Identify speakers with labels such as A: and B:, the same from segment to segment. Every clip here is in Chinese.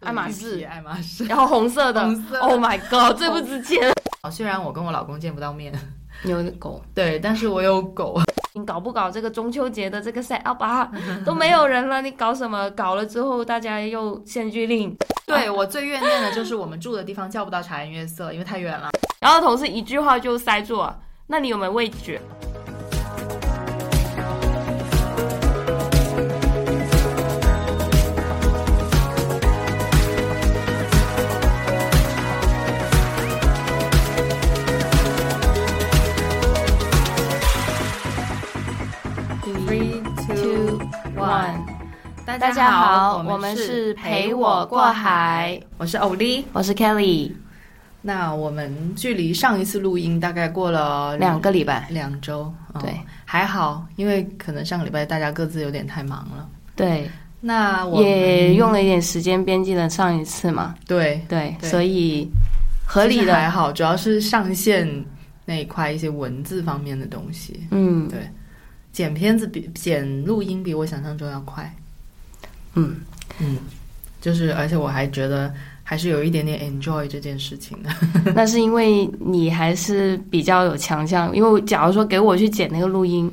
A: 爱
B: 嗯
A: 马仕
B: 爱马仕。
A: 然后红色的
B: 红色
A: o h my god，最不值钱。
B: 哦虽然我跟我老公见不到面，
A: 你有狗，
B: 对，但是我有狗。
A: 你搞不搞这个中秋节的这个 set up 啊？ 都没有人了，你搞什么？搞了之后大家又限聚令，
B: 对我最怨念的就是我们住的地方叫不到茶颜悦色，因为太远了。
A: 然后同事一句话就塞住了。那你有没有味觉？
B: Three,
A: two, one 大家好，我们是陪我过，海，
B: 我是欧丽。
A: 我是 Kelly，
B: 那我们距离上一次录音大概过了
A: 两个礼拜。
B: 两周，哦
A: 对，
B: 还好，因为可能上个礼拜大家各自有点太忙了。
A: 对，
B: 那我
A: 也用了一点时间编辑了上一次嘛，
B: 对
A: 对，
B: 对
A: 所以合理
B: 其实还
A: 的，
B: 好，主要是上线那一块一些文字方面的东西。
A: 嗯
B: 剪片子比剪录音比我想象中要快，
A: 嗯，
B: 嗯，就是而且我还觉得还是有一点点 enjoy 这件事情的。
A: 那是因为你还是比较有强项，因为假如说给我去剪那个录音，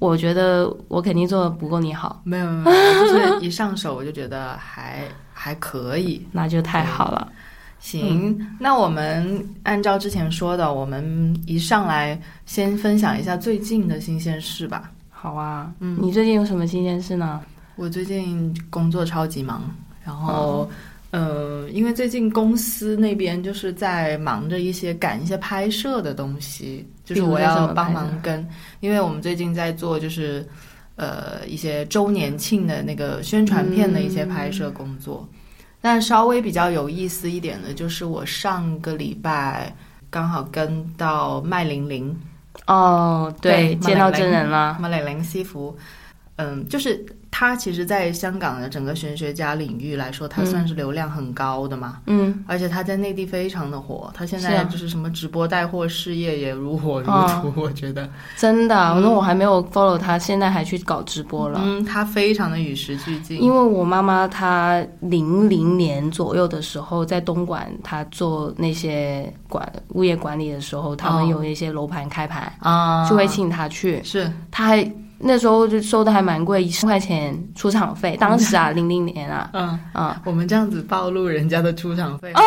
A: 我觉得我肯定做的不够你好，
B: 没有没有，没有就是一上手我就觉得还还可以。
A: 那就太好了，
B: 行，那我们按照之前说的，我们一上来先分享一下最近的新鲜事吧。
A: 好啊。
B: 嗯
A: 你最近有什么新鲜事呢？
B: 我最近工作超级忙，然后、
A: 哦
B: 呃，因为最近公司那边就是在忙着一些赶一些拍摄的东西，就是
A: 比如
B: 我
A: 说什
B: 要
A: 么
B: 帮
A: 拍摄
B: 忙跟，因为我们最近在做就是呃一些周年庆的那个宣传片的一些拍
A: 嗯
B: 摄工作。但稍微比较有意思一点的就是，我上个礼拜刚好跟到麦玲玲，
A: 哦，对，
B: 对
A: 见到真人了，
B: 马磊玲西服，嗯，就是他其实，在香港的整个玄学家领域来说，他
A: 嗯
B: 算是流量很高的嘛，
A: 嗯，
B: 而且他在内地非常的火，他现
A: 是
B: 在
A: 啊
B: 就是什么直播带货事业也如火如荼，
A: 哦
B: 我觉得，
A: 真的啊，那我还没有 follow 他，现在还去搞直播了。
B: 嗯，他非常的与时俱进，
A: 因为我妈妈她零零年左右的时候在东莞，她做那些管物业管理的时候，他们
B: 哦
A: 有一些楼盘开盘，
B: 啊，
A: 就会请她去。
B: 是
A: 她还那时候就收的还蛮贵，一千块钱出场费。当时啊，零零年啊，
B: 嗯。
A: 啊，
B: 我们这样子暴露人家的出场费，
A: 哦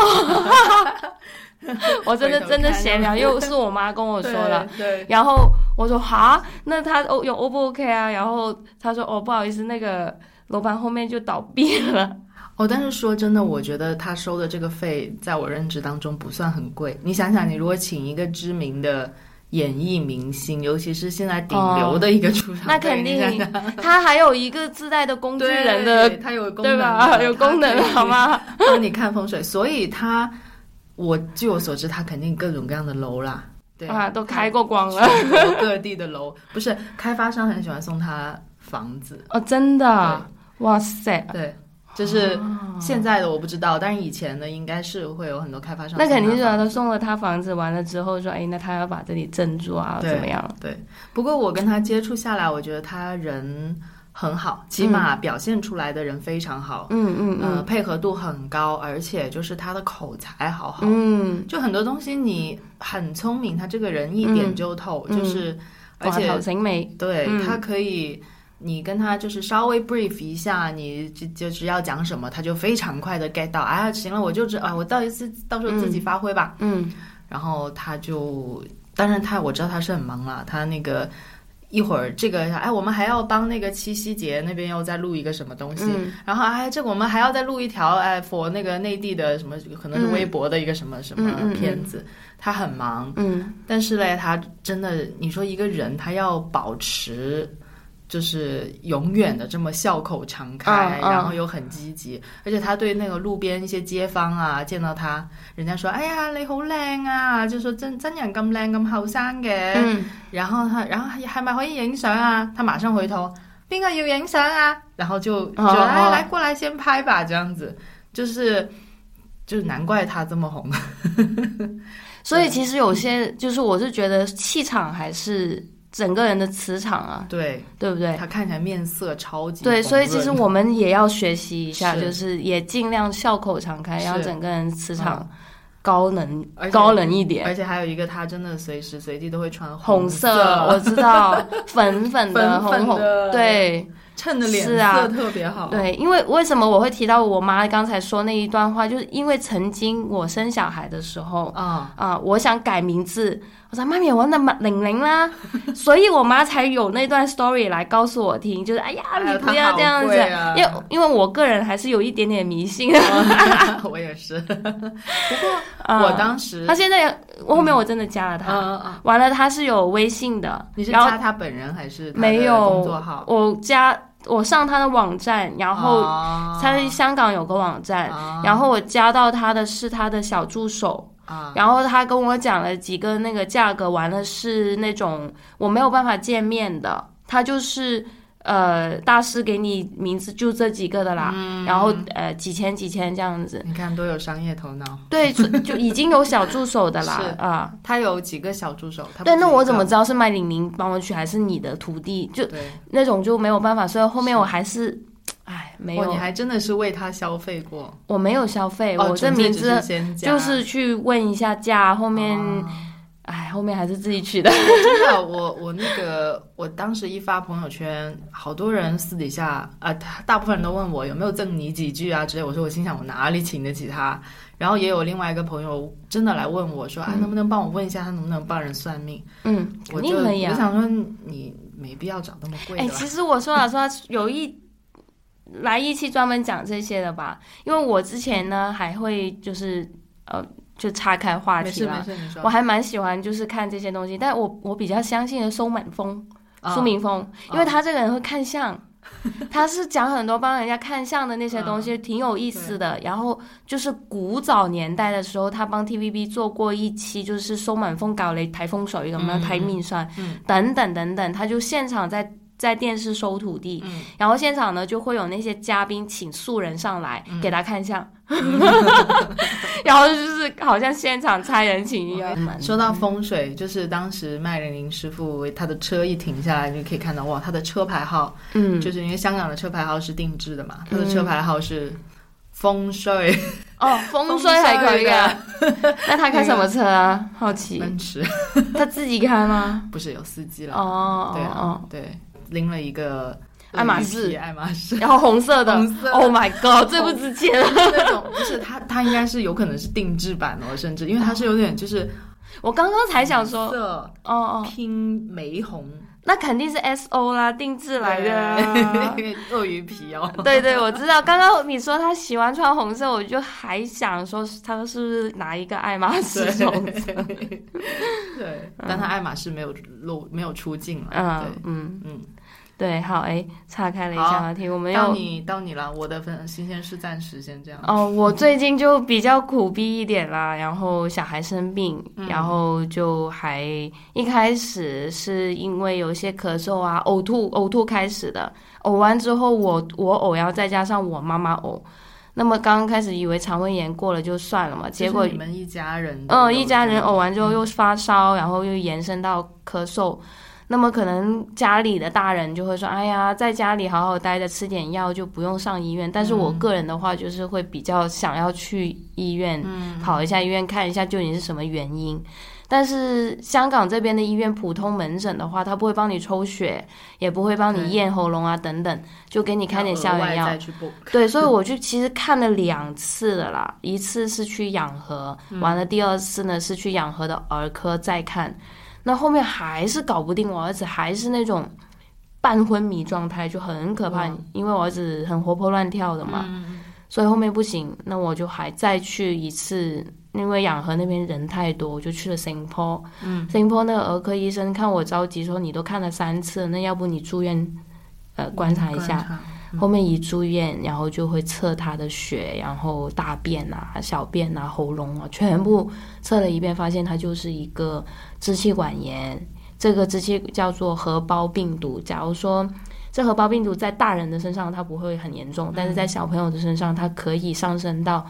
A: 我真的
B: 回头
A: 真的
B: 看
A: 闲聊，又是我妈跟我
B: 对
A: 说了，，
B: 对，
A: 然后我说哈，那他 O 有 O 不 OK 啊？然后他说哦，不好意思，那个楼盘后面就倒闭 了。
B: 哦，但是说真的，我觉得他收的这个费，在我认知当中不算很贵。你想想，你如果请一个知名的演艺明星，尤其是现在顶流的一个出场费、
A: 哦那肯
B: 你想
A: 定
B: 想，
A: 他还有一个自带的工具
B: 对
A: 人的，
B: 他有功能啊
A: 对吧？ 有功能好？吗？
B: 他可以帮你看风水，所以他，我据我所知，他肯定各种各样的楼啦，对
A: 啊，都开过光了。
B: 全国各地的楼，不是开发商很喜欢送他房子，
A: 哦，真的啊，哇塞！
B: 对，就是。
A: 啊
B: 现在的我不知道，但是以前的应该是会有很多开发商送他
A: 那
B: 房子。
A: 肯定是他送了他房子，完了之后说，哎，那他要把这里镇住啊，
B: 对
A: 怎么样？
B: 对，不过我跟他接触下来，我觉得他人很好，起码表现出来的人非常好，
A: 嗯嗯
B: 呃，
A: 嗯
B: 配合度很高，而且就是他的口才好好，
A: 嗯，
B: 就很多东西你很聪明，他这个人一点就透，
A: 嗯
B: 就是而
A: 寡头
B: 且
A: 行美，
B: 对、
A: 嗯
B: 他可以。你跟他就是稍微 brief 一下，你就就是要讲什么，他就非常快的 get 到。啊，行了，我就知啊，我到一次到时候自己发挥吧。
A: 嗯
B: 然后他就，当然他我知道他是很忙啦，他那个一会儿这个哎，我们还要帮那个七夕节那边又再录一个什么东西，
A: 嗯
B: 然后哎，这个我们还要再录一条哎佛那个内地的什么，可能是微博的一个什么、什
A: 嗯嗯
B: 么
A: 嗯
B: 片子，他很忙，
A: 嗯，
B: 但是嘞，他真的你说一个人他要保持。就是永远的这么笑口常开，
A: 嗯嗯
B: 然后又很积极，而且他对那个路边一些街坊啊，見到他，人家說：哎呀，你好靚啊！就說真真人咁靚咁後生嘅。
A: 嗯
B: 然後他，然後係咪可以影相啊？他馬上回頭，邊個要影相啊？然後就就
A: 哦哦
B: 哎，來過來先拍吧，這樣子，就是就難怪他這麼紅。
A: 所以其实有些就是我是觉得气场还是整个人的磁场啊，
B: 对
A: 对不对？
B: 他看起来面色超级
A: 对，
B: 红
A: 所以其实
B: 润
A: 我们也要学习一下，
B: 是
A: 就是也尽量笑口常开，
B: 是
A: 让整个人磁场
B: 嗯
A: 高能、
B: 而且
A: 高冷一点。
B: 而且还有一个，他真的随时随地都会穿
A: 红
B: 色，
A: 我知道， 粉粉的，
B: 粉粉
A: 红红
B: 的，
A: 对
B: 衬的脸
A: 是啊
B: 色特别好。
A: 对。因为为什么我会提到我妈刚才说那一段话，就是因为曾经我生小孩的时候。
B: 啊，
A: 啊、我想改名字，我说妈咪，我那么玲玲 啦，所以我妈才有那段 story 来告诉我听，就是哎呀，
B: 哎
A: 你
B: 呦
A: 不要这样
B: 她好贵
A: 子，因为
B: 啊哦
A: 因为我个人还是有一点点迷 信，
B: 我也是。不 过
A: 啊
B: 我当时
A: 他现在我后面我真的加了他，
B: 嗯嗯，
A: 完了他是有微信的，
B: 你是
A: 然后
B: 加他本人还是他的
A: 没有
B: 工作号？
A: 我加我上他的网站，然后
B: 哦
A: 他在香港有个网站。
B: 啊
A: 然后我加到他的是他的小助手，
B: 啊
A: 然后他跟我讲了几个那个价格，完了是那种我没有办法见面的，他就是呃大师给你名字就这几个的啦，
B: 嗯
A: 然后呃几千几千这样子，
B: 你看多有商业头脑。
A: 对，就就已经有小助手的啦
B: 哦 是
A: 啊，
B: 他有几个小助手？他不嗯
A: 对，
B: 止
A: 那
B: 一
A: 我
B: 个
A: 怎么知道是麦玲玲帮我取还是你的徒弟？就
B: 对？
A: 那种就没有办法，所以后面我还是，哎，没
B: 哇，你
A: 有，
B: 还真的是为他消费过。
A: 我没有消费，
B: 哦
A: 我这
B: 纯粹
A: 名
B: 只是
A: 字
B: 先加
A: 就是去问一下价，后面，
B: 哦
A: 哎，后面还是自 己取的。
B: 真的，啊我我那个，我当时一发朋友圈，好多人私底下啊、他大部分人都问我有没有赠你几句啊之类。我说我心想我哪里请得起他？然后也有另外一个朋友真的来问我说啊，能不能帮我问一下他能不能帮人算命？
A: 嗯，
B: 我
A: 肯定
B: 就
A: 可以
B: 我
A: 啊。
B: 想说你没必要找那么贵
A: 哎，
B: 的吧。
A: 其实我说老实话，有一来一期专门讲这些的吧，因为我之前呢还会就是呃就岔开哎话
B: 没
A: 题
B: 事
A: 了
B: 没。事，你说
A: 我还蛮喜欢就是看这些东西，但我我比较相信的是松满风。苏
B: 明
A: 明峰，因为他这个人会看 相，他是讲很多帮人家看相的那些
B: 嗯
A: 东西，挺有意思的。然后就是古早年代的时候，他帮 TVB 做过一期，就是收满风搞了台风水，有没有
B: 嗯
A: 台命算
B: 嗯
A: 等等等等，他就现场在。在电视收徒弟，
B: 嗯
A: 然后现场呢就会有那些嘉宾请素人上来、
B: 嗯
A: 给他 看相， 然后就是好像现场猜人情一样。
B: 说到风水，就是当时麦玲玲师傅他的车一停下来，你就可以看到哇，他的车牌号
A: 嗯，
B: 就是因为香港的车牌号是定制的嘛，它的
A: 嗯
B: 车牌号是风水
A: 哦，风水还可以啊。那他开什么车啊？好奇，
B: 奔驰，
A: 他自己开吗？
B: 不是有司机了，嗯
A: 哦，
B: 对啊
A: 哦，
B: 对，拎了一个
A: 爱马仕
B: 一匹爱马仕
A: 然后红色的
B: 啊红色
A: ，Oh my god，最不值钱了。
B: 那种，不是它它应该是有可能是定制版的哦，甚至因为它是有点就是
A: 我刚刚才想说，
B: 色
A: 哦哦，
B: 拼玫红，
A: 那肯定是 S O 啦，定制来的
B: 那
A: 啊。
B: 个 鳄鱼皮哦，
A: 对对，我知道。刚刚你说他喜欢穿红色，我就还想说他是不是拿一个爱马仕
B: 对
A: 红色？
B: 对，但它爱马仕没有露没有出镜了，
A: 嗯嗯，
B: 对，嗯。
A: 对，好，哎，岔开了一
B: 好
A: 下话题，我们
B: 到
A: 又
B: 你到你了，我的分新鲜事暂时先这样。
A: 哦，我最近就比较苦逼一点啦，然后小孩生病，
B: 嗯
A: 然后就还一开始是因为有一些咳嗽啊、呕吐、呕吐开始的，呕完之后我我呕，然后再加上我妈妈呕，那么刚开始以为肠胃炎过了就算了嘛，
B: 就是
A: 结果
B: 你们一家人都有这个，
A: 嗯，一家人呕完之后又发烧，然后又延伸到咳嗽，那么可能家里的大人就会说：“哎呀，在家里好好待着，吃点药就不用上医院。”但是
B: 嗯
A: 我个人的话，就是会比较想要去医院、
B: 嗯
A: 跑一下医院看一下究竟是什么原因。但是香港这边的医院普通门诊的话，他不会帮你抽血，也不会帮
B: 对
A: 你验喉咙啊等等，就给你
B: 你
A: 开点消炎药。啊
B: 再去 book。
A: 对，所以我就其实看了两次的啦，一次是去养和，完了第二次呢是去养和的儿科再看，那后面还是搞不定，我儿子还是那种半昏迷状态，就很可怕，因为我儿子很活泼乱跳的嘛，所以后面不行，那我就还再去一次。因为养和那边人太多，我就去了新坡。嗯，新坡那个儿科医生看我着急说：“你都看了三次了，那要不你住院，呃，观察一下。”后面一住院，然后就会测他的血，然后大便啊、小便啊、喉咙啊，全部测了一遍，发现他就是一个支气管炎。这个支气叫做合胞病毒。假如说这合胞病毒在大人的身上它不会很严重，但是在小朋友的身上，它可以上升到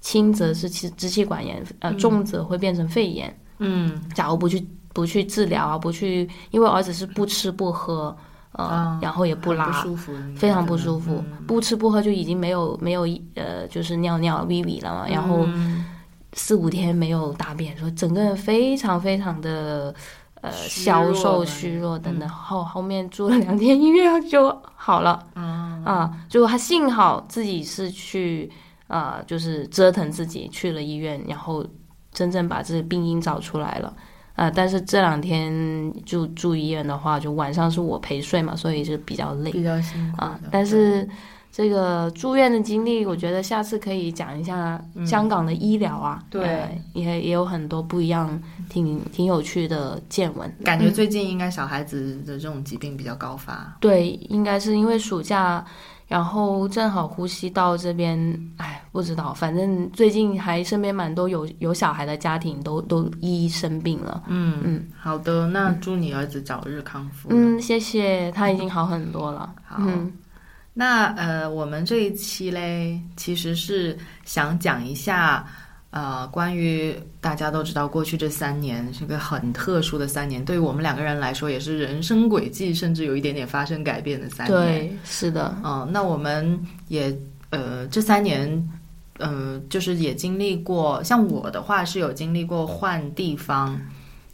A: 轻则是支支气管炎，呃，重则会变成肺炎。
B: 嗯，
A: 假如不去不去治疗啊，不去，因为儿子是不吃不喝，呃，
B: 啊
A: 然后也不
B: 很
A: 拉，
B: 舒服，你
A: 非常
B: 可
A: 不
B: 能
A: 舒服，不吃不喝就已经没有没有呃，就是尿尿 v v 了嘛，
B: 嗯
A: 然后四五天没有大便，说整个人非常非常的呃
B: 虚弱
A: 消瘦
B: 了嗯
A: 虚弱等等，后后面住了两天 医院就好了，
B: 嗯
A: 啊，就他幸好自己是去呃，就是折腾自己去了医院，然后真正把这个病因找出来了。啊，但是这两天就住医院的话，就晚上是我陪睡嘛，所以就比较累。
B: 比较辛苦
A: 啊
B: 的，
A: 但
B: 对
A: 是这个住院的经历，我觉得下次可以讲一下香港的医疗啊，
B: 对
A: 呃也也有很多不一样，挺挺有趣的见闻。
B: 感觉最近应该小孩子的这种疾病比较高发，
A: 对，应该是因为暑假，然后正好呼吸道这边，哎，不知道，反正最近还身边蛮多有有小孩的家庭都都一一生病了。
B: 嗯
A: 嗯
B: 好的，那祝你儿子早日康复。
A: 嗯，谢谢，他已经好很多了。
B: 好
A: 嗯
B: 那呃，我们这一期嘞，其实是想讲一下，呃，关于大家都知道，过去这三年是个很特殊的三年，对于我们两个人来说，也是人生轨迹甚至有一点点发生改变的三年。
A: 对，是的，
B: 嗯、那我们也呃这三年，呃，就是也经历过，像我的话是有经历过换地方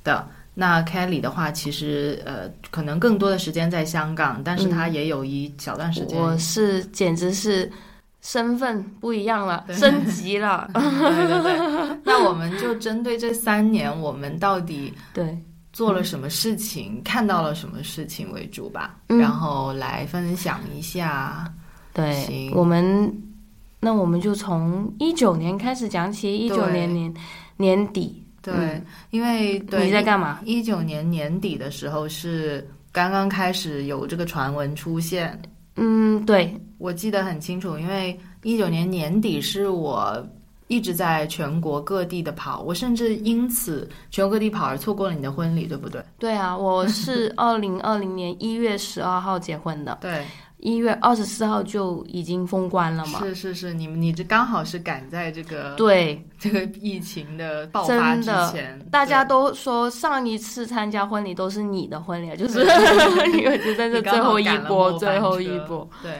B: 的。那 Kelly 的话，其实呃，可能更多的时间在香港，但是她也有一小段时间，
A: 我是简直是身份不一样了，
B: 对。
A: 升级了
B: 对对 对。那我们就针对这三年，我们到底
A: 对，
B: 做了什么事情，看到了什么事情为主吧，
A: 嗯
B: 然后来分享一下。
A: 对
B: 行，
A: 我们那我们就从一九年开始讲起，一九年年年底
B: 对，
A: 嗯
B: 因为对
A: 你在干嘛？
B: 一九年年底的时候是刚刚开始有这个传闻出现，
A: 嗯，对，
B: 我记得很清楚，因为一九年年底是我一直在全国各地的跑，我甚至因此全国各地跑而错过了你的婚礼，对不对？
A: 对啊，我是二零二零年一月十二号结婚的，
B: 对，
A: 一月二十四号就已经封关了嘛。
B: 是是是，你们你这刚好是赶在这个
A: 对，
B: 这个疫情的爆发之
A: 真的
B: 前，
A: 大
B: 对
A: 家都说上一次参加婚礼都是你的婚礼，就是 因为这真是
B: 你刚
A: 最
B: 好
A: 后一
B: 赶了
A: 波，
B: 末班
A: 最后
B: 车
A: 一波。。
B: 对，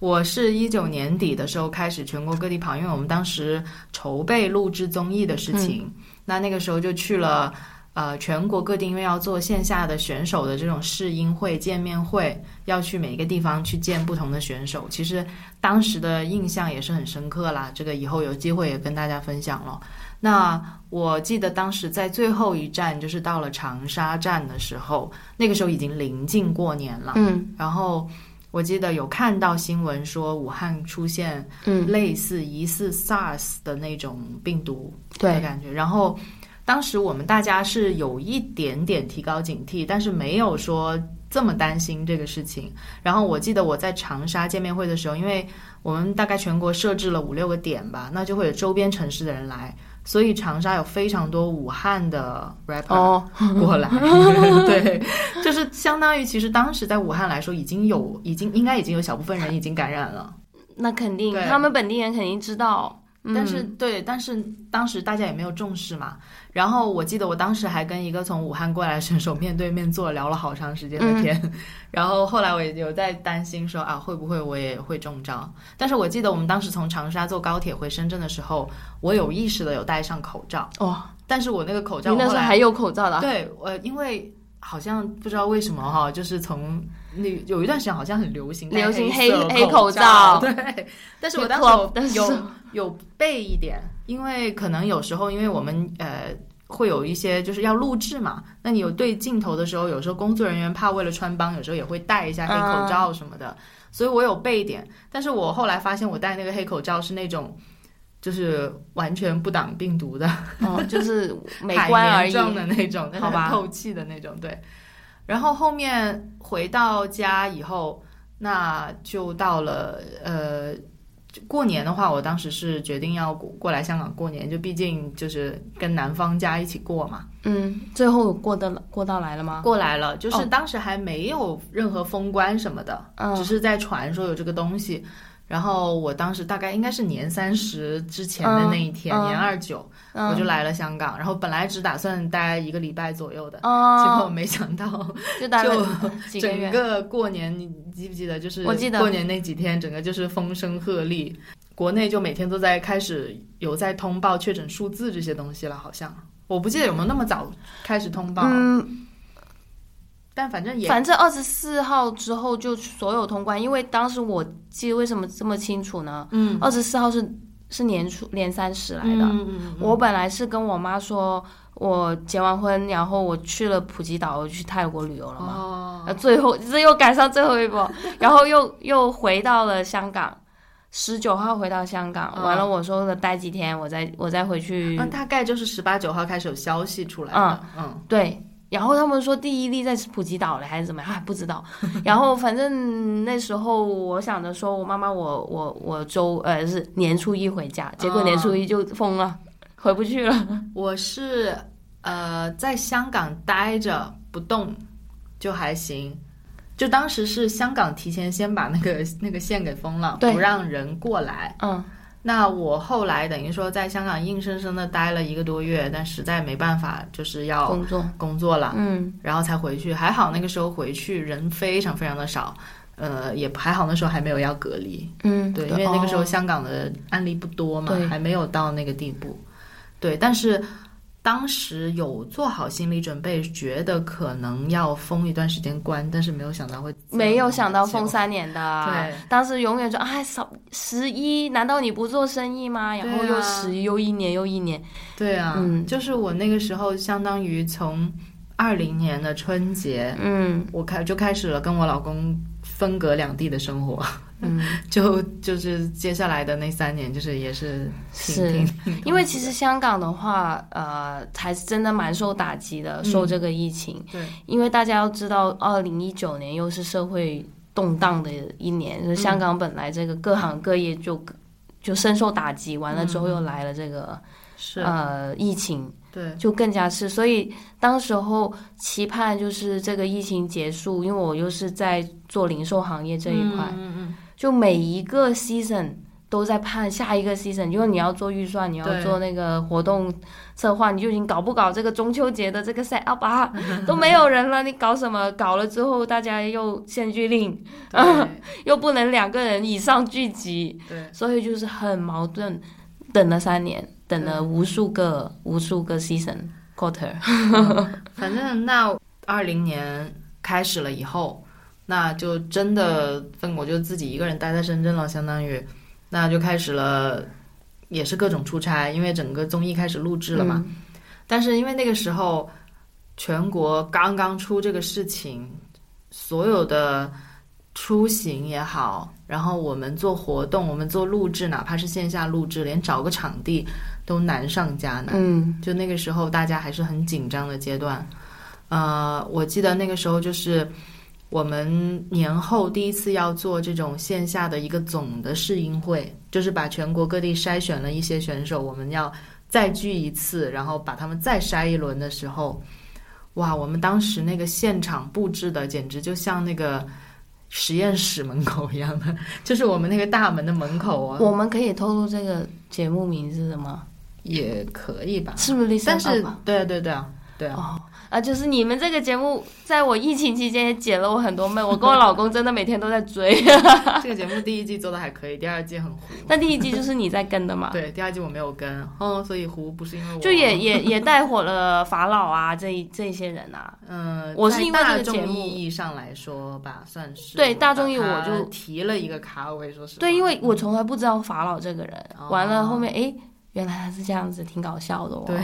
B: 我是一九年底的时候开始全国各地跑，因为我们当时筹备录制综艺的事情，那那个时候就去了。呃，全国各地因为要做线下的选手的这种试音会、见面会，要去每一个地方去见不同的选手。其实当时的印象也是很深刻啦，这个以后有机会也跟大家分享了。那我记得当时在最后一站，就是到了长沙站的时候，那个时候已经临近过年了，
A: 嗯
B: 然后我记得有看到新闻说武汉出现
A: 嗯，
B: 类似疑似 SARS 的那种病毒的
A: 对
B: 感觉，然后当时我们大家是有一点点提高警惕，但是没有说这么担心这个事情。然后我记得我在长沙见面会的时候，因为我们大概全国设置了五六个点吧，那就会有周边城市的人来，所以长沙有非常多武汉的 rapper。
A: 哦，
B: 过 来， 对，就是相当于其实当时在武汉来说，已经有已经应该已经有小部分人已经感染了，
A: 那肯定，
B: 对
A: 他们本地人肯定知道。嗯
B: 但是对，但是当时大家也没有重视嘛。然后我记得我当时还跟一个从武汉过来的选手面对面坐聊了好长时间
A: 嗯
B: 的天，然后后来我也有在担心说啊会不会我也会中招，但是我记得我们当时从长沙坐高铁回深圳的时候，我有意识的有戴上口罩，
A: 哦，
B: 但是我那个口
A: 你
B: 罩我
A: 那时
B: 后
A: 候
B: 来
A: 还有口罩的啊，
B: 对，呃，因为好像不知道为什么哈，就是从那有一段时间好像很流行戴
A: 流行
B: 黑色
A: 黑黑
B: 口
A: 口罩
B: 对。但是我
A: 去
B: 当
A: club 的
B: 时
A: 时
B: 有
A: 候
B: 有有备一点，因为可能有时候因为我们呃。会有一些就是要录制嘛，那你有对镜头的时候，有时候工作人员怕为了穿帮，有时候也会戴一下黑口罩什么的，所以我有备一点。但是我后来发现，我戴那个黑口罩是那种，就是完全不挡病毒的，
A: 哦，就是美
B: 海
A: 观
B: 绵
A: 而已。
B: 状的那 种，
A: 好吧
B: 很透气的那种，对。然后后面回到家以后，那就到了呃过年的话，我当时是决定要过过来香港过年，就毕竟就是跟男方家一起过嘛，
A: 嗯，最后过得了过到来了吗？
B: 过来了，就是
A: 哦
B: 当时还没有任何封关什么的，
A: 嗯
B: 只是在传说有这个东西。然后我当时大概应该是年三十之前的那一天，
A: 嗯嗯
B: 年二九，
A: 嗯
B: 我就来了香港。然后本来只打算待一个礼拜左右的，结果
A: 哦，
B: 没想到
A: 就待
B: 就
A: 了几个
B: 整
A: 月，
B: 个过年，你记不记得？就是
A: 我记得
B: 过年那几天，整个就是风声鹤唳，国内就每天都在开始有在通报确诊数字这些东西了，好像我不记得有没有那么早开始通报，
A: 嗯，
B: 但反正也
A: 反正二十四号之后就所有通关，因为当时我记得为什么这么清楚呢？
B: 嗯
A: 二十四号是是年初年三十来的，
B: 嗯嗯
A: 我本来是跟我妈说，我结完婚，然后我去了普吉岛，我去泰国旅游了嘛。
B: 哦，
A: 呃最后这又赶上最后 一波，然后又又回到了香港，十九号回到香港，
B: 哦
A: 完了我说的待几天，我再我再回去。
B: 那嗯大概就是十八九号开始有消息出来的，嗯
A: 对，然后他们说第一例在普吉岛了还是怎么样， 哎不知道。然后反正那时候我想着说，我妈妈我我我周呃是年初一回家，结
B: 哦
A: 果年初一就封了，回不去了。
B: 我是呃在香港待着不动就还行，就当时是香港提前先把那个 那个线给封了，
A: 对
B: 不让人过来。
A: 嗯
B: 那我后来等于说在香港硬生生的待了一个多月，但实在没办法，就是要
A: 嗯工作，
B: 工作了，
A: 嗯。
B: 然后才回去。还好那个时候回去人非常非常的少，呃，也还好那时候还没有要隔离，
A: 嗯，
B: 对，因为那个时候
A: 哦
B: 香港的案例不多嘛
A: 对，
B: 还没有到那个地步，对，但是。当时有做好心理准备，觉得可能要封一段时间关，但是没有想到会
A: 没有想到封
B: 结果
A: 三年的，啊
B: 对，
A: 当时永远说啊，十十一，难道你不做生意吗？然后
B: 对啊
A: 又十一，又一年又一年，
B: 对啊，
A: 嗯
B: 就是我那个时候相当于从二零年的春节，
A: 嗯
B: 我开就开始了跟我老公分隔两地的生活，
A: 嗯，
B: 就就是接下来的那三年，就是也是挺
A: 是
B: 挺，
A: 因为其实香港的话，呃，还是真的蛮受打击的，
B: 嗯
A: 受这个疫情，
B: 对，
A: 因为大家要知道，二零一九年又是社会动荡的一年，
B: 嗯
A: 就是香港本来这个各行各业就就深受打击，完了之后又来了这个、
B: 嗯是
A: 呃疫情，
B: 对，
A: 就更加是，所以当时候期盼就是这个疫情结束，因为我又是在做零售行业这一块，
B: 嗯嗯
A: 就每一个 season 都在盼下一个 season，因为你要做预算，你要
B: 对
A: 做那个活动策划，你就已经搞不搞这个中秋节的这个 set up 啊，都没有人了，你搞什么？搞了之后大家又限聚令，
B: 嗯，
A: 又不能两个人以上聚集，
B: 对对，
A: 所以就是很矛盾。等了三年，等了无数个无数个 season quarter。
B: 反正那二零年开始了以后，那就真的分我就自己一个人待在深圳了，相当于，那就开始了，也是各种出差，因为整个综艺开始录制了嘛。
A: 嗯
B: 但是因为那个时候全国刚刚出这个事情，所有的出行也好，然后我们做活动，我们做录制，哪怕是线下录制，连找个场地都难上加难。
A: 嗯
B: 就那个时候大家还是很紧张的阶段。呃，我记得那个时候就是我们年后第一次要做这种线下的一个总的试映会，就是把全国各地筛选了一些选手，我们要再聚一次，然后把他们再筛一轮的时候，哇，我们当时那个现场布置的简直就像那个。实验室门口一样的，就是我们那个大门的门口啊，
A: 我们可以透露这个节目名字的吗？
B: 也可以吧。
A: 是不是 Listen
B: 但是
A: Up 啊，
B: 对对对啊，对啊，
A: 哦啊，就是你们这个节目，在我疫情期间也解了我很多闷。我跟我老公真的每天都在追，
B: 这个节目第一季做的还可以，第二季很糊。
A: 但第一季就是你在跟的嘛，
B: 对，第二季我没有跟，哦，所以糊不是因为我，
A: 就也也也带火了法老啊，这一这些人啊，
B: 嗯，
A: 我是
B: 在
A: 因为这
B: 大
A: 个节
B: 众
A: 目
B: 意义上来说吧，算是
A: 对大众
B: 把
A: 意义我
B: 它
A: 就
B: 提了一个咖位，说是
A: 对，因为我从来不知道法老这个人，
B: 哦
A: 完了后面诶，原来他是这样子，挺搞笑的哦。
B: 对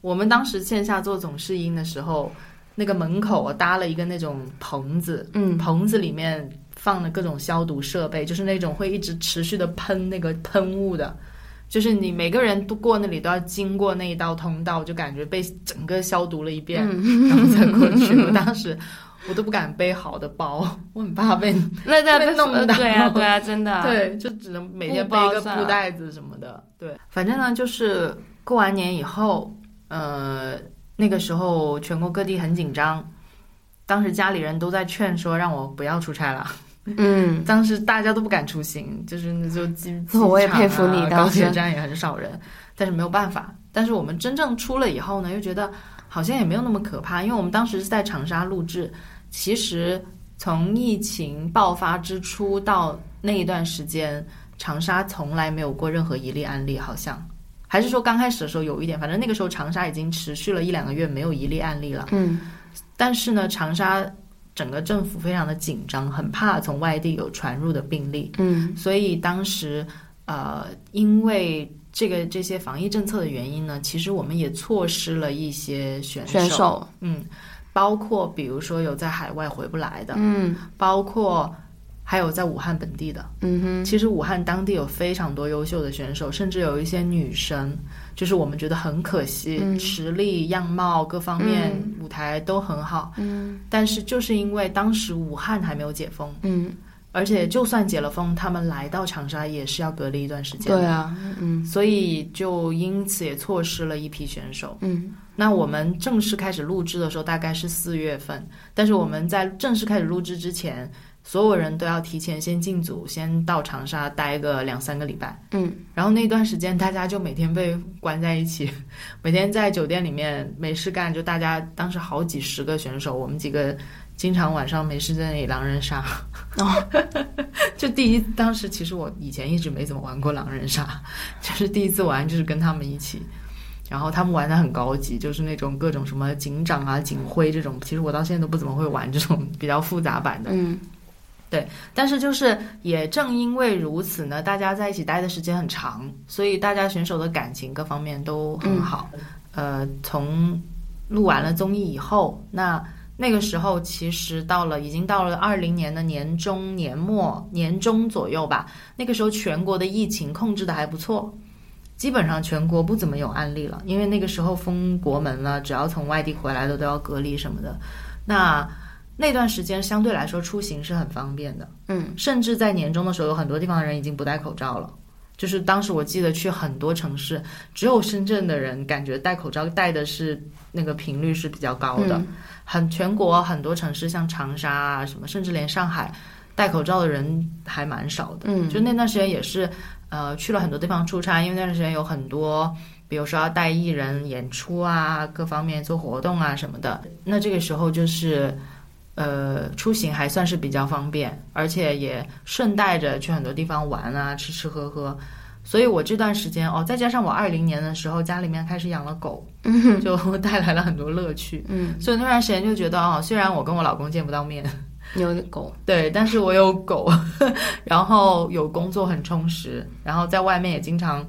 B: 我们当时线下做总试音的时候，那个门口我搭了一个那种棚子，
A: 嗯，
B: 棚子里面放了各种消毒设备，就是那种会一直持续的喷那个喷雾的，就是你每个人都过那里都要经过那一道通道，就感觉被整个消毒了一遍，然后再过 去。我当时我都不敢背好的包，我很怕被、
A: 那那
B: 被弄到
A: 对啊对啊，真的啊，
B: 对，就只能每天
A: 布
B: 背
A: 包
B: 一个
A: 算了
B: 布袋子什么的。对，反正呢就是过完年以后，呃，那个时候全国各地很紧张。当时家里人都在劝说让我不要出差了，
A: 嗯，
B: 当时大家都不敢出行，就是那就机，机
A: 我也
B: 场
A: 佩服
B: 啊
A: 你
B: 高
A: 当时
B: 铁站也很少人，但是没有办法。但是我们真正出了以后呢，又觉得好像也没有那么可怕，因为我们当时是在长沙录制，其实从疫情爆发之初到那一段时间，长沙从来没有过任何一例案例，好像。还是说刚开始的时候有一点，反正那个时候长沙已经持续了一两个月没有一例案例了。
A: 嗯
B: 但是呢，长沙整个政府非常的紧张，很怕从外地有传入的病例，
A: 嗯
B: 所以当时呃，因为这个这些防疫政策的原因呢，其实我们也错失了一些选手，
A: 选手，
B: 嗯，包括比如说有在海外回不来的，
A: 嗯
B: 包括。还有在武汉本地的，
A: 嗯哼，
B: 其实武汉当地有非常多优秀的选手，甚至有一些女生，就是我们觉得很可惜，
A: 嗯
B: 实力、样貌各方面、
A: 嗯
B: 舞台都很好，
A: 嗯
B: 但是就是因为当时武汉还没有解封，
A: 嗯，
B: 而且就算解了封，他们来到长沙也是要隔离一段时间
A: 对
B: 的，
A: 啊，嗯
B: 所以就因此也错失了一批选手。
A: 嗯
B: 那我们正式开始录制的时候大概是四月份，但是我们在正式开始录制之前，所有人都要提前先进组，先到长沙待个两三个礼拜。
A: 嗯
B: 然后那段时间，大家就每天被关在一起， 每天在酒店里面没事干，就大家当时好几十个选手，我们几个经常晚上没事在那里狼人杀。
A: 哦，
B: 就第一，当时其实我以前一直没怎么玩过狼人杀， 就是第一次玩，就是跟他们一起。然后他们玩的很高级，就是那种各种什么警长啊、警徽这种，其实我到现在都不怎么会玩这种比较复杂版的。
A: 嗯
B: 但是就是也正因为如此呢，大家在一起待的时间很长，所以大家选手的感情各方面都很好。呃，从录完了综艺以后，那那个时候其实到了已经到了二零年的年中、年末、年中左右吧，那个时候全国的疫情控制的还不错。基本上全国不怎么有案例了，因为那个时候封国门了，只要从外地回来的都要隔离什么的。那那段时间相对来说出行是很方便的，
A: 嗯
B: 甚至在年终的时候，有很多地方的人已经不戴口罩了。就是当时我记得去很多城市，只有深圳的人感觉戴口罩戴的是那个频率是比较高的。
A: 嗯
B: 很全国很多城市，像长沙啊什么，甚至连上海，戴口罩的人还蛮少的。
A: 嗯
B: 就那段时间也是，呃，去了很多地方出差，因为那段时间有很多，比如说要带艺人演出啊，各方面做活动啊什么的。那这个时候就是，呃，出行还算是比较方便，而且也顺带着去很多地方玩啊，吃吃喝喝。所以我这段时间哦，再加上我二零年的时候，家里面开始养了狗，
A: 嗯
B: 就带来了很多乐趣。
A: 嗯，
B: 所以那段时间就觉得啊、虽然我跟我老公见不到面，
A: 有点狗，
B: 对，但是我有狗， 然后有工作很充实，然后在外面也经常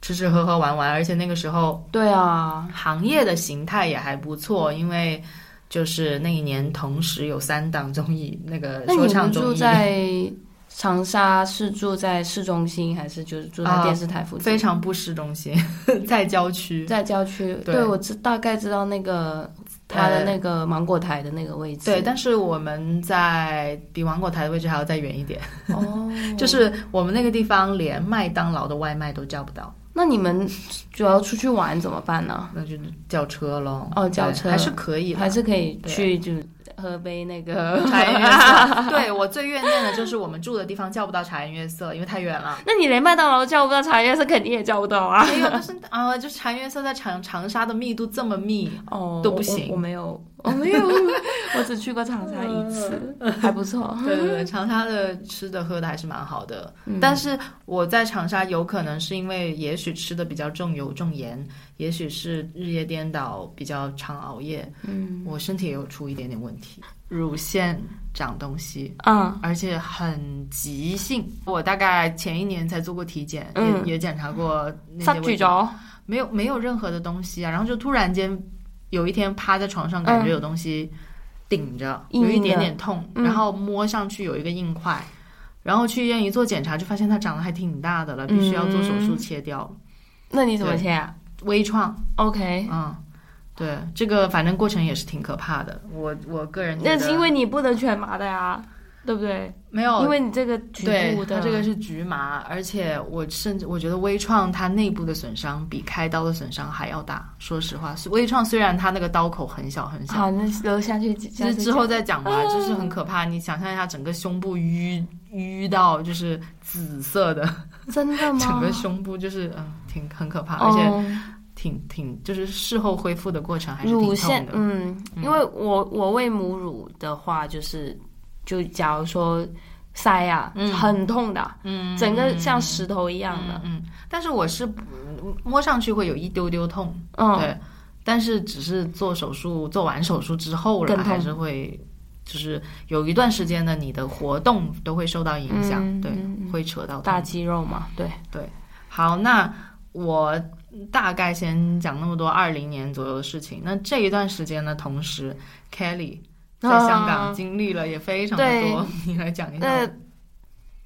B: 吃吃喝喝玩玩，而且那个时候
A: 对啊，
B: 行业的形态也还不错，因为就是那一年同时有三档综艺，那个
A: 那
B: 说
A: 你
B: 唱
A: 们
B: 综
A: 住
B: 艺。
A: 在长沙是住在市中心，还是就是住在
B: 啊
A: 电视台附近？
B: 非常不市中心， 在郊区。
A: 在郊区，
B: 对
A: 对我知大概知道那个他的那个芒果台的那个位置。
B: 对，但是我们在比芒果台的位置还要再远一点，
A: 哦，
B: 就是我们那个地方连麦当劳的外卖都叫不到。
A: 那你们主要出去玩怎么办呢？
B: 那就叫车喽。
A: 哦叫
B: 对
A: 车
B: 还是可以的，
A: 还是可以去就喝杯那个
B: 茶颜悦色。对我最怨念的就是我们住的地方叫不到茶颜悦色，因为太远了。
A: 那你连麦当劳叫不到茶颜色，肯定也叫不到啊。
B: 没有，但是啊、就是茶颜悦色在长长沙的密度这么密，
A: 哦
B: 都不行
A: 我我没有，嗯我哦没有， 我只去过长沙一次，还不错。
B: 对对对，长沙的吃的喝的还是蛮好的。
A: 哦嗯
B: 但是我在长沙有可能是因为，也许吃的比较重油重盐，也许是日夜颠倒，比较常熬夜，
A: 嗯
B: 我身体也有出一点点问题，乳腺长东西。
A: 啊，
B: 而且很急性。我大概前一年才做过体检，
A: 嗯
B: 也也检查过那些
A: 杀
B: 位
A: 举
B: 置，
A: 着，
B: 没有没有任何的东西啊。然后就突然间有一天趴在床上，感觉有东西顶着，
A: 嗯硬
B: 有一
A: 硬的
B: 点点痛，
A: 嗯
B: 然后摸上去有一个硬块，然后去医院一做检查，就发现它长得还挺大的了，必须要做手术
A: 嗯
B: 切掉，
A: 那你怎么切啊
B: 微创，
A: ？OK，
B: 嗯。对，这个反正过程也是挺可怕的。我我个人觉
A: 那
B: 得
A: 是因为你不能全麻的呀。对不对？
B: 没有，
A: 因为你这个局
B: 哦对
A: 部
B: 它
A: 的
B: 这个是局麻，而且我甚至我觉得微创它内部的损伤比开刀的损伤还要大。说实话，是微创虽然它那个刀口很小很小，
A: 好，那留下去几
B: 其
A: 下
B: 实
A: 次啊
B: 之后再讲吧，就是很可怕。你想象一下，整个胸部淤淤到就是紫色的，
A: 讲真的吗？
B: 整个胸部就是嗯，挺很可怕，而且
A: 哦，
B: 挺挺就是事后恢复的过程还是挺
A: 乳
B: 痛
A: 腺
B: 的。
A: 嗯，因为我我喂母乳的话，就是就假如说塞啊，
B: 嗯
A: 很痛的，
B: 嗯
A: 整个像石头一样的，
B: 嗯，嗯但是我是不摸上去会有一丢丢痛，
A: 嗯，
B: 对，但是只是做手术做完手术之后
A: 更
B: 了，
A: 痛
B: 还是会就是有一段时间呢，你的活动都会受到影响，
A: 嗯
B: 对，
A: 嗯嗯
B: 会扯到
A: 大
B: 痛。
A: 肌肉嘛，对，
B: 好，那我大概先讲那么多二零年左右的事情。那这一段时间呢，同时 Kelly 在
A: 啊
B: 香港经历了也非常的多， 你来讲一下。
A: 那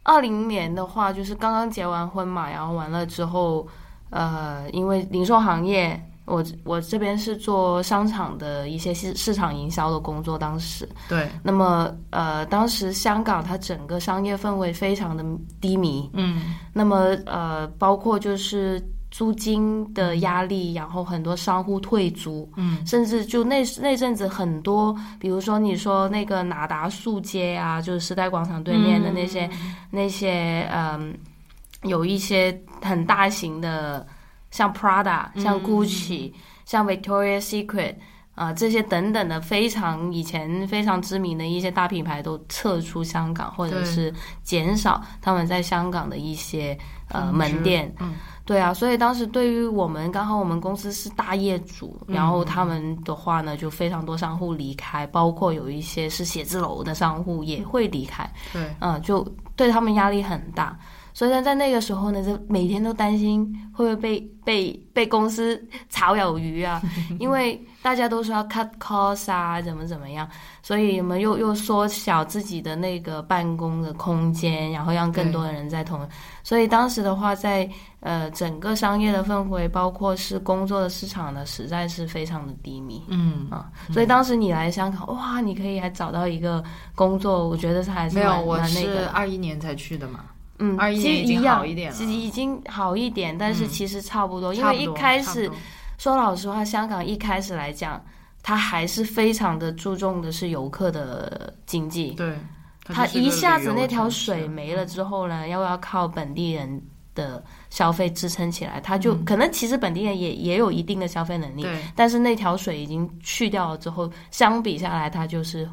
A: 二零年的话，就是刚刚结完婚嘛，然后完了之后，呃，因为零售行业，我我这边是做商场的一些市市场营销的工作，当时，
B: 对，
A: 那么呃，当时香港它整个商业氛围非常的低迷，
B: 嗯
A: 那么呃，包括就是租金的压力，然后很多商户退租，
B: 嗯
A: 甚至就那那阵子很多，比如说你说那个拿达素街啊，就是时代广场对面的那些、那些嗯，有一些很大型的，像 Prada、像
B: 嗯
A: Gucci、像 Victoria Secret 啊、这些等等的，非常以前非常知名的一些大品牌都撤出香港，或者
B: 对
A: 是减少他们在香港的一些呃
B: 分
A: 门
B: 支
A: 店。
B: 嗯
A: 对啊，所以当时对于我们，刚好我们公司是大业主，然后他们的话呢，就非常多商户离开，包括有一些是写字楼的商户也会离开，
B: 对，
A: 嗯、就对他们压力很大。所以呢，在那个时候呢，就每天都担心会不会被被被公司炒鱿鱼啊，因为大家都说要 cut cost 啊，怎么怎么样，所以我们又又缩小自己的那个办公的空间，然后让更多的人在同。所以当时的话，在呃整个商业的氛围，包括是工作的市场呢，实在是非常的低迷。
B: 嗯。
A: 啊，所以当时你来香港，哇，你可以还找到一个工作，我觉得是还是
B: 没有，
A: 蛮
B: 我
A: 蛮那个
B: 是
A: 的
B: 二一年才去的嘛。
A: 嗯，
B: 21
A: 其实
B: 年已经
A: 样
B: 好一点了
A: 其实已经好一点，但是
B: 嗯
A: 其实差不多，因
B: 差
A: 为
B: 不
A: 一
B: 多
A: 开
B: 差不
A: 始
B: 多
A: 说老实话，香港一开始来讲，它还是非常的注重的是游客的经济，
B: 对，
A: 它
B: 就是个
A: 一下
B: 旅
A: 子
B: 游
A: 那条
B: 城市嗯
A: 水没了之后呢，又要靠本地人的消费支撑起来，它就、
B: 嗯
A: 可能其实本地人也也有一定的消费能力，
B: 对，
A: 但是那条水已经去掉了之后，相比下来，它就是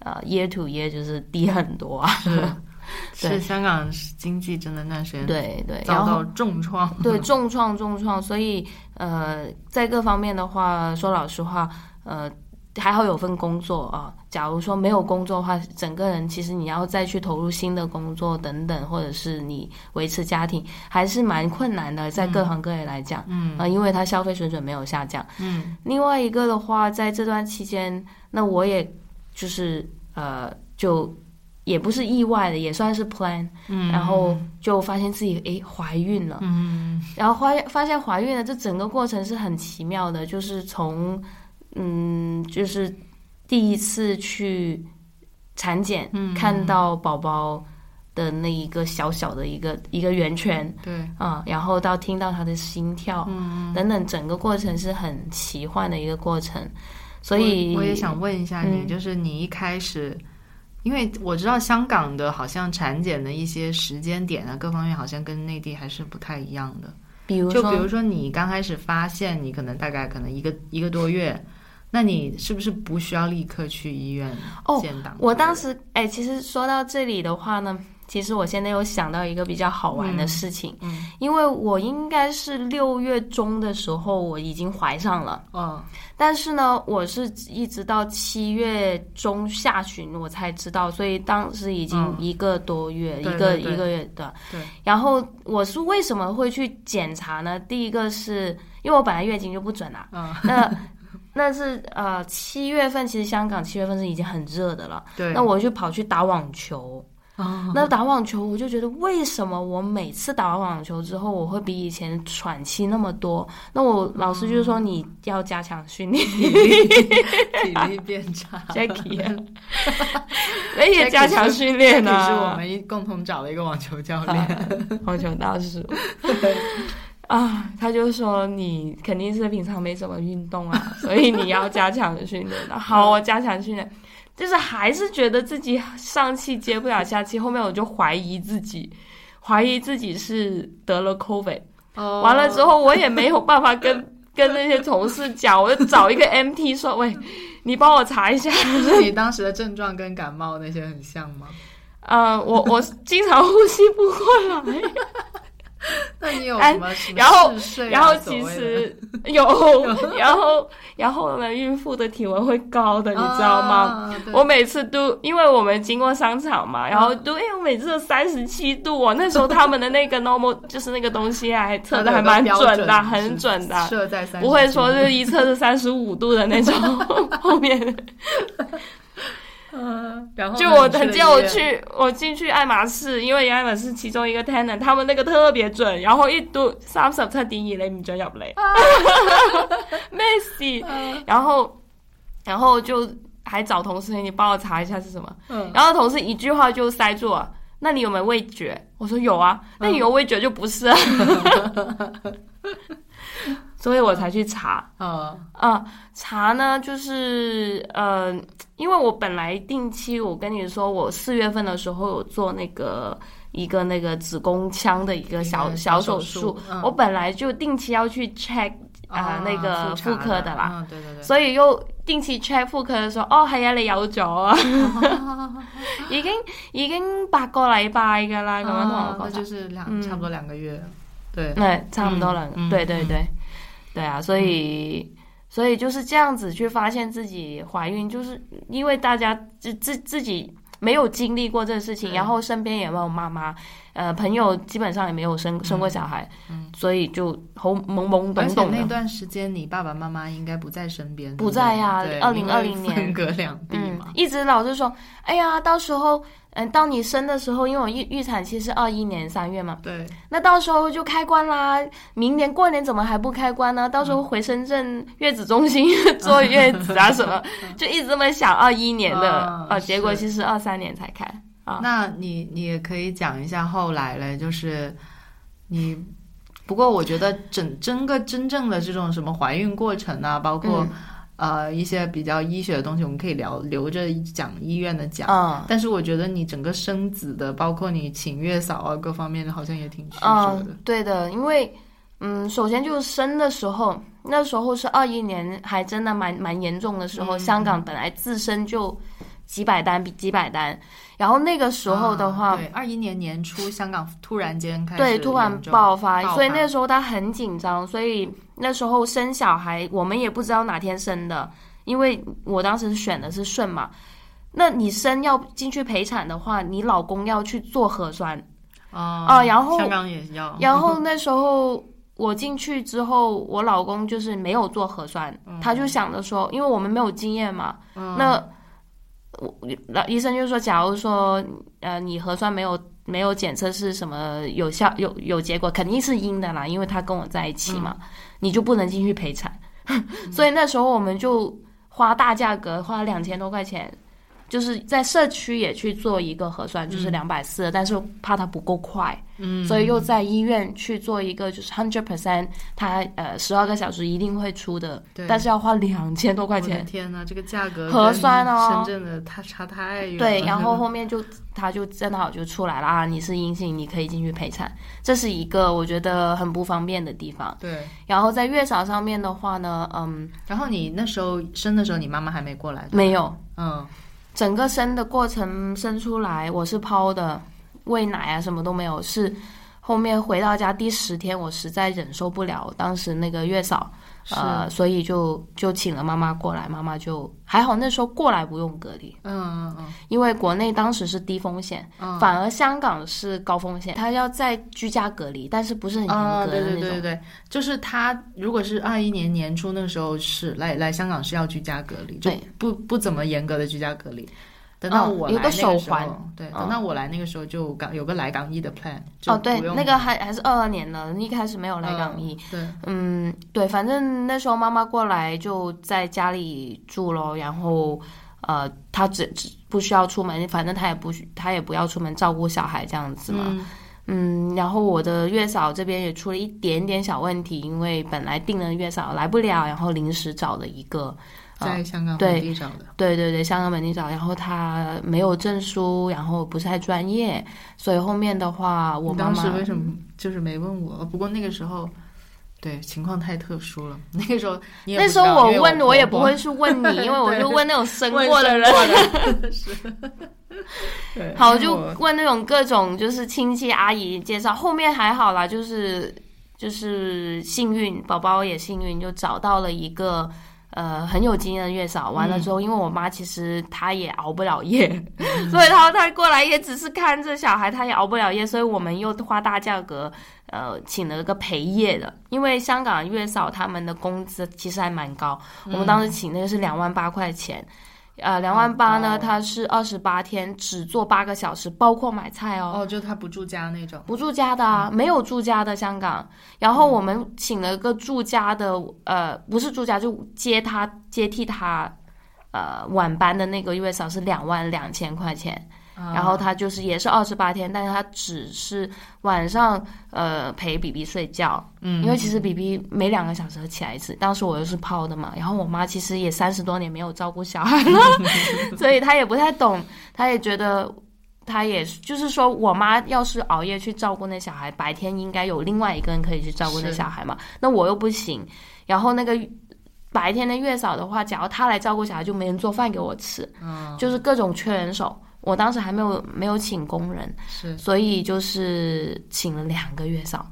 A: 呃 year to year 就是低很多啊。
B: 是
A: 对
B: 是香港经济真的那段时间
A: 对对，然
B: 遭
A: 后
B: 到重创。
A: 对重创重创，所以呃，在各方面的话，说老实话，呃。还好有份工作啊，假如说没有工作的话，整个人其实你要再去投入新的工作等等，或者是你维持家庭，还是蛮困难的，在各行各业来讲，嗯啊、因为它消费水准没有下降。
B: 嗯，
A: 另外一个的话，在这段期间，那我也就是呃，就也不是意外的，也算是 plan，、
B: 嗯
A: 然后就发现自己诶怀孕了，
B: 嗯
A: 然后发发现怀孕了，这整个过程是很奇妙的，就是从嗯，就是第一次去产检，
B: 嗯
A: 看到宝宝的那一个小小的一个一个圆圈，
B: 对，
A: 啊、然后到听到他的心跳，
B: 嗯
A: 等等，整个过程是很奇幻的一个过程，所以嗯
B: 我我也想问一下你，就是你一开始。因为我知道香港的好像产检的一些时间点啊，各方面好像跟内地还是不太一样的。
A: 比如
B: 就
A: 说，
B: 比如说你刚开始发现你可能大概可能一个一个多月，那你是不是不需要立刻去医院
A: 哦
B: 建档之类的？
A: 我当时哎，其实说到这里的话呢，其实我现在有想到一个比较好玩的事情，
B: 嗯
A: 因为我应该是六月中的时候我已经怀上了。
B: 哦，
A: 但是呢，我是一直到七月中下旬我才知道，所以当时已经
B: 嗯
A: 一个多月，
B: 对
A: 一个
B: 对对
A: 一个月的。
B: 对。
A: 然后我是为什么会去检查呢？第一个是因为我本来月经就不准啊，
B: 嗯
A: 那 那是呃七月份，其实香港七月份是已经很热的了。
B: 对，
A: 那我就跑去打网球，
B: 啊
A: 那打网球，我就觉得为什么我每次打完网球之后，我会比以前喘气那么多？那我老师就
B: 嗯
A: 说你要加强训练
B: 体力 体力变差
A: ，Jacky，那哎也加强训练
B: 也
A: 啊。
B: 是我们一共同找了一个网球教 练。
A: 黄球大叔啊，他就说你肯定是平常没怎么运动啊，所以你要加强训练的。好，我加强训练，就是还是觉得自己上气接不了下气，后面我就怀疑自己。怀疑自己是得了 COVID，、
B: 哦
A: 完了之后我也没有办法跟跟那些同事讲，我就找一个 MT 说，喂，你帮我查一下，
B: 是你当时的症状跟感冒那些很像吗？
A: 呃，我我经常呼吸不过来，
B: 那你有什么什么
A: 哎然后
B: 嗜睡啊
A: 然后
B: 所
A: 其
B: 谓的
A: 实有，然后然后呢，孕妇的体温会高的，你知道吗？
B: 啊对嗯
A: 我每次都，因为我们经过商场嘛，然后都，哎，我每次都三十七度哦。那时候他们的那个 normal 就是那个东西啊还测的还蛮准的，很准的，
B: 设在三
A: 不会说是一测是三十五度的那种。 后面
B: 嗯，然后
A: 就我很记得我去我进去爱马仕，因为爱马仕其中一个 tenant，他们那个特别準，然後一到三十七點二你唔准入嚟， 咩事？然後然後就還找同事，你幫我查一下是什麼。
B: 嗯
A: 然後同事一句話就塞住了，那你有沒有味覺？我說有啊，那你有味覺就不是、啊， 所以我才去查。
B: 啊
A: 啊、茶呢，就是呃，因为我本来定期，我跟你说，我四月份的时候有做那个一个那个子宫腔的一个
B: 一
A: 小
B: 个
A: 小
B: 小手
A: 手术
B: 术，嗯
A: 我本来就定期要去 check 啊、那个妇
B: 妇
A: 科的啦，，
B: 嗯对对对，
A: 所以又定期 check 妇科嘅時候，哦係啊，你有 咗啊，已經已經八個禮拜㗎啦，咁樣同
B: 啊
A: 我講
B: 那。就是两
A: 嗯
B: 差不多两个月，对，
A: 那差不多了，
B: 嗯
A: 对对对，对啊，所以、所以就是这样子去发现自己怀孕，就是因为大家自自自己没有经历过这个事情，
B: 对
A: 然后身边也没有妈妈，呃，朋友基本上也没有生
B: 嗯
A: 生过小孩，所以就懵懵懵
B: 而
A: 懂
B: 且
A: 懂
B: 那
A: 的。
B: 段时间你爸爸妈妈应该不在身边，
A: 不在呀
B: 对
A: 2020
B: 因为
A: 年
B: 分隔两地
A: 嗯
B: 嘛，，
A: 一直老是说，哎呀，到时候，嗯，到你生的时候，因为我预预产期是二一年三月嘛，
B: 对，
A: 那到时候就开关啦，明年过年怎么还不开关呢？到时候
B: 嗯
A: 回深圳月子中 心坐月子啊什么，就一直这么想二一年的
B: 啊，
A: 呃，结果
B: 是
A: 其实二三年才开啊。
B: 那你你也可以讲一下后来嘞，就是你。不过我觉得整整个真正的这种什么怀孕过程啊，包
A: 嗯
B: 括、呃一些比较医学的东西，我们可以聊留着讲医院的讲。
A: 嗯
B: 但是我觉得你整个生子的，包括你请月嫂啊各方面的，好像也挺曲折的
A: 嗯。，对的，因为嗯，首先就是生的时候，那时候是二一年，还真的蛮蛮严重的时
B: 嗯
A: 候，香港本来自身就几百单比几百单，然后那个时候的话
B: 啊，对，二一年年初香港突然间开始
A: 对，突然
B: 严重
A: 爆发，
B: 爆
A: 所以那时候他很紧张，所以那时候生小孩，我们也不知道哪天生的，因为我当时选的是顺嘛。那你生要进去陪产的话，你老公要去做核酸，
B: 啊、
A: 啊然后
B: 香港也要
A: 然后那时候我进去之后，我老公就是没有做核酸，
B: 嗯
A: 他就想着说，因为我们没有经验嘛，那我那医生就说，假如说呃你核酸没有没有检测是什么有效有有结果，肯定是阴的啦，因为他跟我在一起嘛，
B: 嗯
A: 你就不能进去陪 产，所以那时候我们就花大价格花两千多块钱。就是在社区也去做一个核酸，就是两百四，但是怕它不够快，
B: 嗯
A: 所以又在医院去做一个就是 hundred percent，它呃十二个小时一定会出的，
B: 对
A: 但是要花两千多块
B: 我的
A: 钱。
B: 天呐，这个价格
A: 核
B: 跟
A: 酸哦
B: 深圳的它差太远了。
A: 对，然后后面就他就正好就出来了啊，你是阴性，你可以进去陪产，这是一个我觉得很不方便的地方。
B: 对，
A: 然后在月嫂上面的话呢，嗯，
B: 然后你那时候生的时候，你妈妈还没过来，
A: 没有，
B: 嗯，
A: 整个生的过程生出来我是剖的，喂奶啊什么都没有，是后面回到家第十天我实在忍受不了当时那个月嫂，
B: 是
A: 呃，所以就就请了妈妈过来，妈妈就还好那时候过来不用隔离，
B: 嗯嗯
A: 因为国内当时是低风险，
B: 嗯
A: 反而香港是高风险，他要在居家隔离，但是不是
B: 嗯，
A: 很严
B: 啊，
A: 格的
B: 对对
A: 那种。
B: 对对对，就是他如果是二一年年初那个时候是来来香港是要居家隔离，就
A: 对哦
B: 不不怎么严格的居家隔离，等到我来
A: 有
B: 那
A: 个
B: 时候，
A: 手环
B: 对，
A: 嗯
B: 等到我来那个时候就港有个来港一的 plan 就
A: 哦，对
B: 不，用嗯
A: 那个还还是二二年的，一开始没有来港一。
B: 对，
A: 嗯对，反正那时候妈妈过来就在家里住咯，然后呃，她只只不需要出门，反正她也不需她也不要出门照顾小孩这样子嘛。
B: 嗯
A: 嗯，然后我的月嫂这边也出了一点点小问题，因为本来定了月嫂来不了，然后临时找了一个，呃
B: 在香港
A: 对
B: 本地找的，
A: 对对对，香港本地找，然后她没有证书，然后不太专业，所以后面的话，我
B: 你
A: 妈
B: 当时
A: 妈
B: 为什么就是没问我？不过那个时候，对情况太特殊了。 那个时候你也
A: 那
B: 不知
A: 时
B: 道
A: 候我问
B: 因为我
A: 我也不会去问你，因为我 就问那种生过的人，
B: 对
A: 好
B: 因为
A: 就
B: 我
A: 问那种各种就是亲戚阿姨介绍。后面还好啦，就是就是幸运，宝宝也幸运，就找到了一个。呃，很有经验的月嫂，完了
B: 嗯
A: 之后，因为我妈其实她也熬不了夜，所以她她过来也只是看着小孩，她也熬不了夜，所以我们又花大价格，呃，请了个陪夜的，因为香港月嫂他们的工资其实还蛮高，
B: 嗯
A: 我们当时请那个是两万八块钱，呃，两万八
B: 好高
A: 呢，
B: 哦
A: 它是二十八天，只做八个小时，包括买菜哦，
B: 哦，就他不住家那种，
A: 不住家的
B: 嗯
A: 啊，没有住家的香港。然后我们请了个住家的，呃，不是住家，就接他接替他，呃，晚班的那个月嫂是两万两千块钱。
B: 啊
A: 然后他就是也是二十八天，但是他只是晚上呃陪 BB 睡觉，
B: 嗯
A: 因为其实 BB 每两个小时起来一次。当时我又是泡的嘛，然后我妈其实也三十多年没有照顾小孩了， 所以她也不太懂，她也觉得。她也是就是说，我妈要是熬夜去照顾那小孩，白天应该有另外一个人可以去照顾那
B: 是
A: 小孩嘛。那我又不行，然后那个白天的月嫂的话，假如她来照顾小孩，就没人做饭给我吃。
B: 嗯
A: 就是各种缺人手。我当时还没有没有请工人，
B: 是
A: 所以就是请了两个月嫂。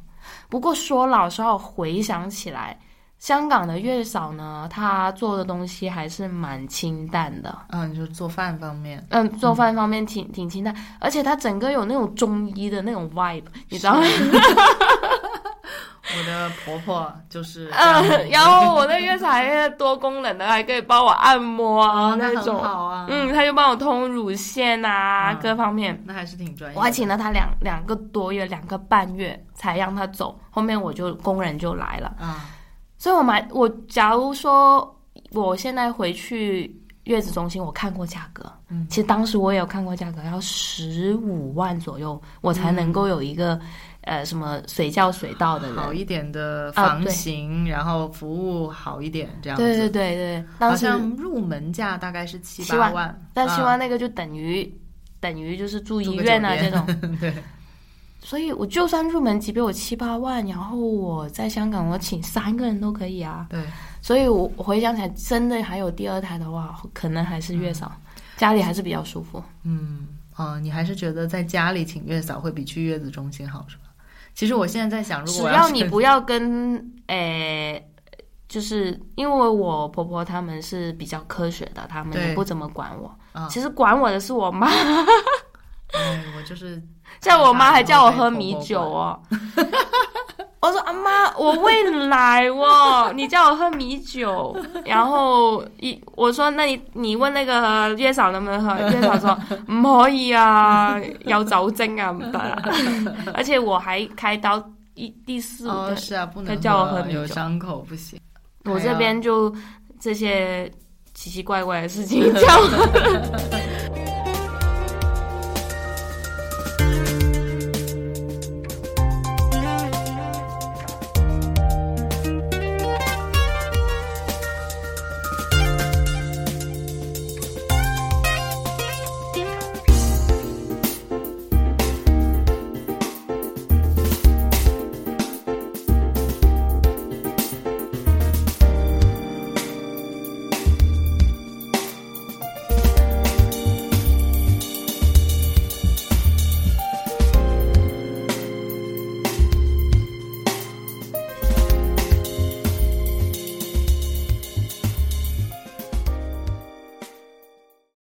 A: 不过说老实话，我回想起来，香港的月嫂呢，她做的东西还是蛮清淡的。
B: 啊，你说做饭方面，
A: 嗯，做饭方面挺挺清淡，而且她整个有那种中医的那种 vibe，你知道吗？
B: 我的婆婆就是这样
A: 嗯，然 后我那月嫂还是多功能的，还可以帮我按摩啊、
B: 哦那
A: 那
B: 很
A: 种。
B: 好啊，
A: 嗯，她就帮我通乳腺啊，
B: 嗯
A: 各方面。
B: 那还是挺专业的。
A: 我还请了他两两个多月，两个半月才让他走。后面我就工人就来了，
B: 啊，
A: 所以我买我假如说我现在回去月子中心，我看过价格，
B: 嗯
A: 其实当时我也有看过价格，要十五万左右，我才能够有一个、呃什么随叫随到的
B: 嗯好
A: 人。
B: 一点的
A: 啊
B: 房
A: 对
B: 型，然后服务好一点，这样子。
A: 对对对对，
B: 好
A: 当时
B: 像入门价大概是七
A: 七
B: 八
A: 万
B: 万，
A: 但希
B: 啊
A: 望那个就等于、等于就是住
B: 住
A: 医
B: 个
A: 院
B: 酒
A: 啊这
B: 店
A: 种。
B: 对，
A: 所以我就算入门级别我七八万，然后我在香港我请三个人都可以啊。
B: 对，
A: 所以我我回想起来，真的还有第二胎的话，可能还是月嫂，家里还是比较舒服。
B: 嗯，哦，你还是觉得在家里请月嫂会比去月子中心好是吧？其实我现在在想，啊如
A: 只
B: 果我
A: 要
B: 去
A: 你不要跟诶、就是因为我婆婆他们是比较科学的，他们
B: 对
A: 也不怎么管我。
B: 啊
A: 其实管我的是我妈，
B: 哎，我就是
A: 在我妈还叫我喝米酒哦。我说阿妈，我喂奶哦， 你叫我喝米酒，然后一我说那你你问那个月嫂能不能喝，月嫂说唔可以啊，有酒精啊唔得啊， 而且我还开刀一第四五
B: 哦，
A: 天，
B: 是啊，不能
A: 她叫我喝米
B: 有
A: 酒
B: 伤口不行。
A: 我这边就这些奇奇怪怪的事情叫我。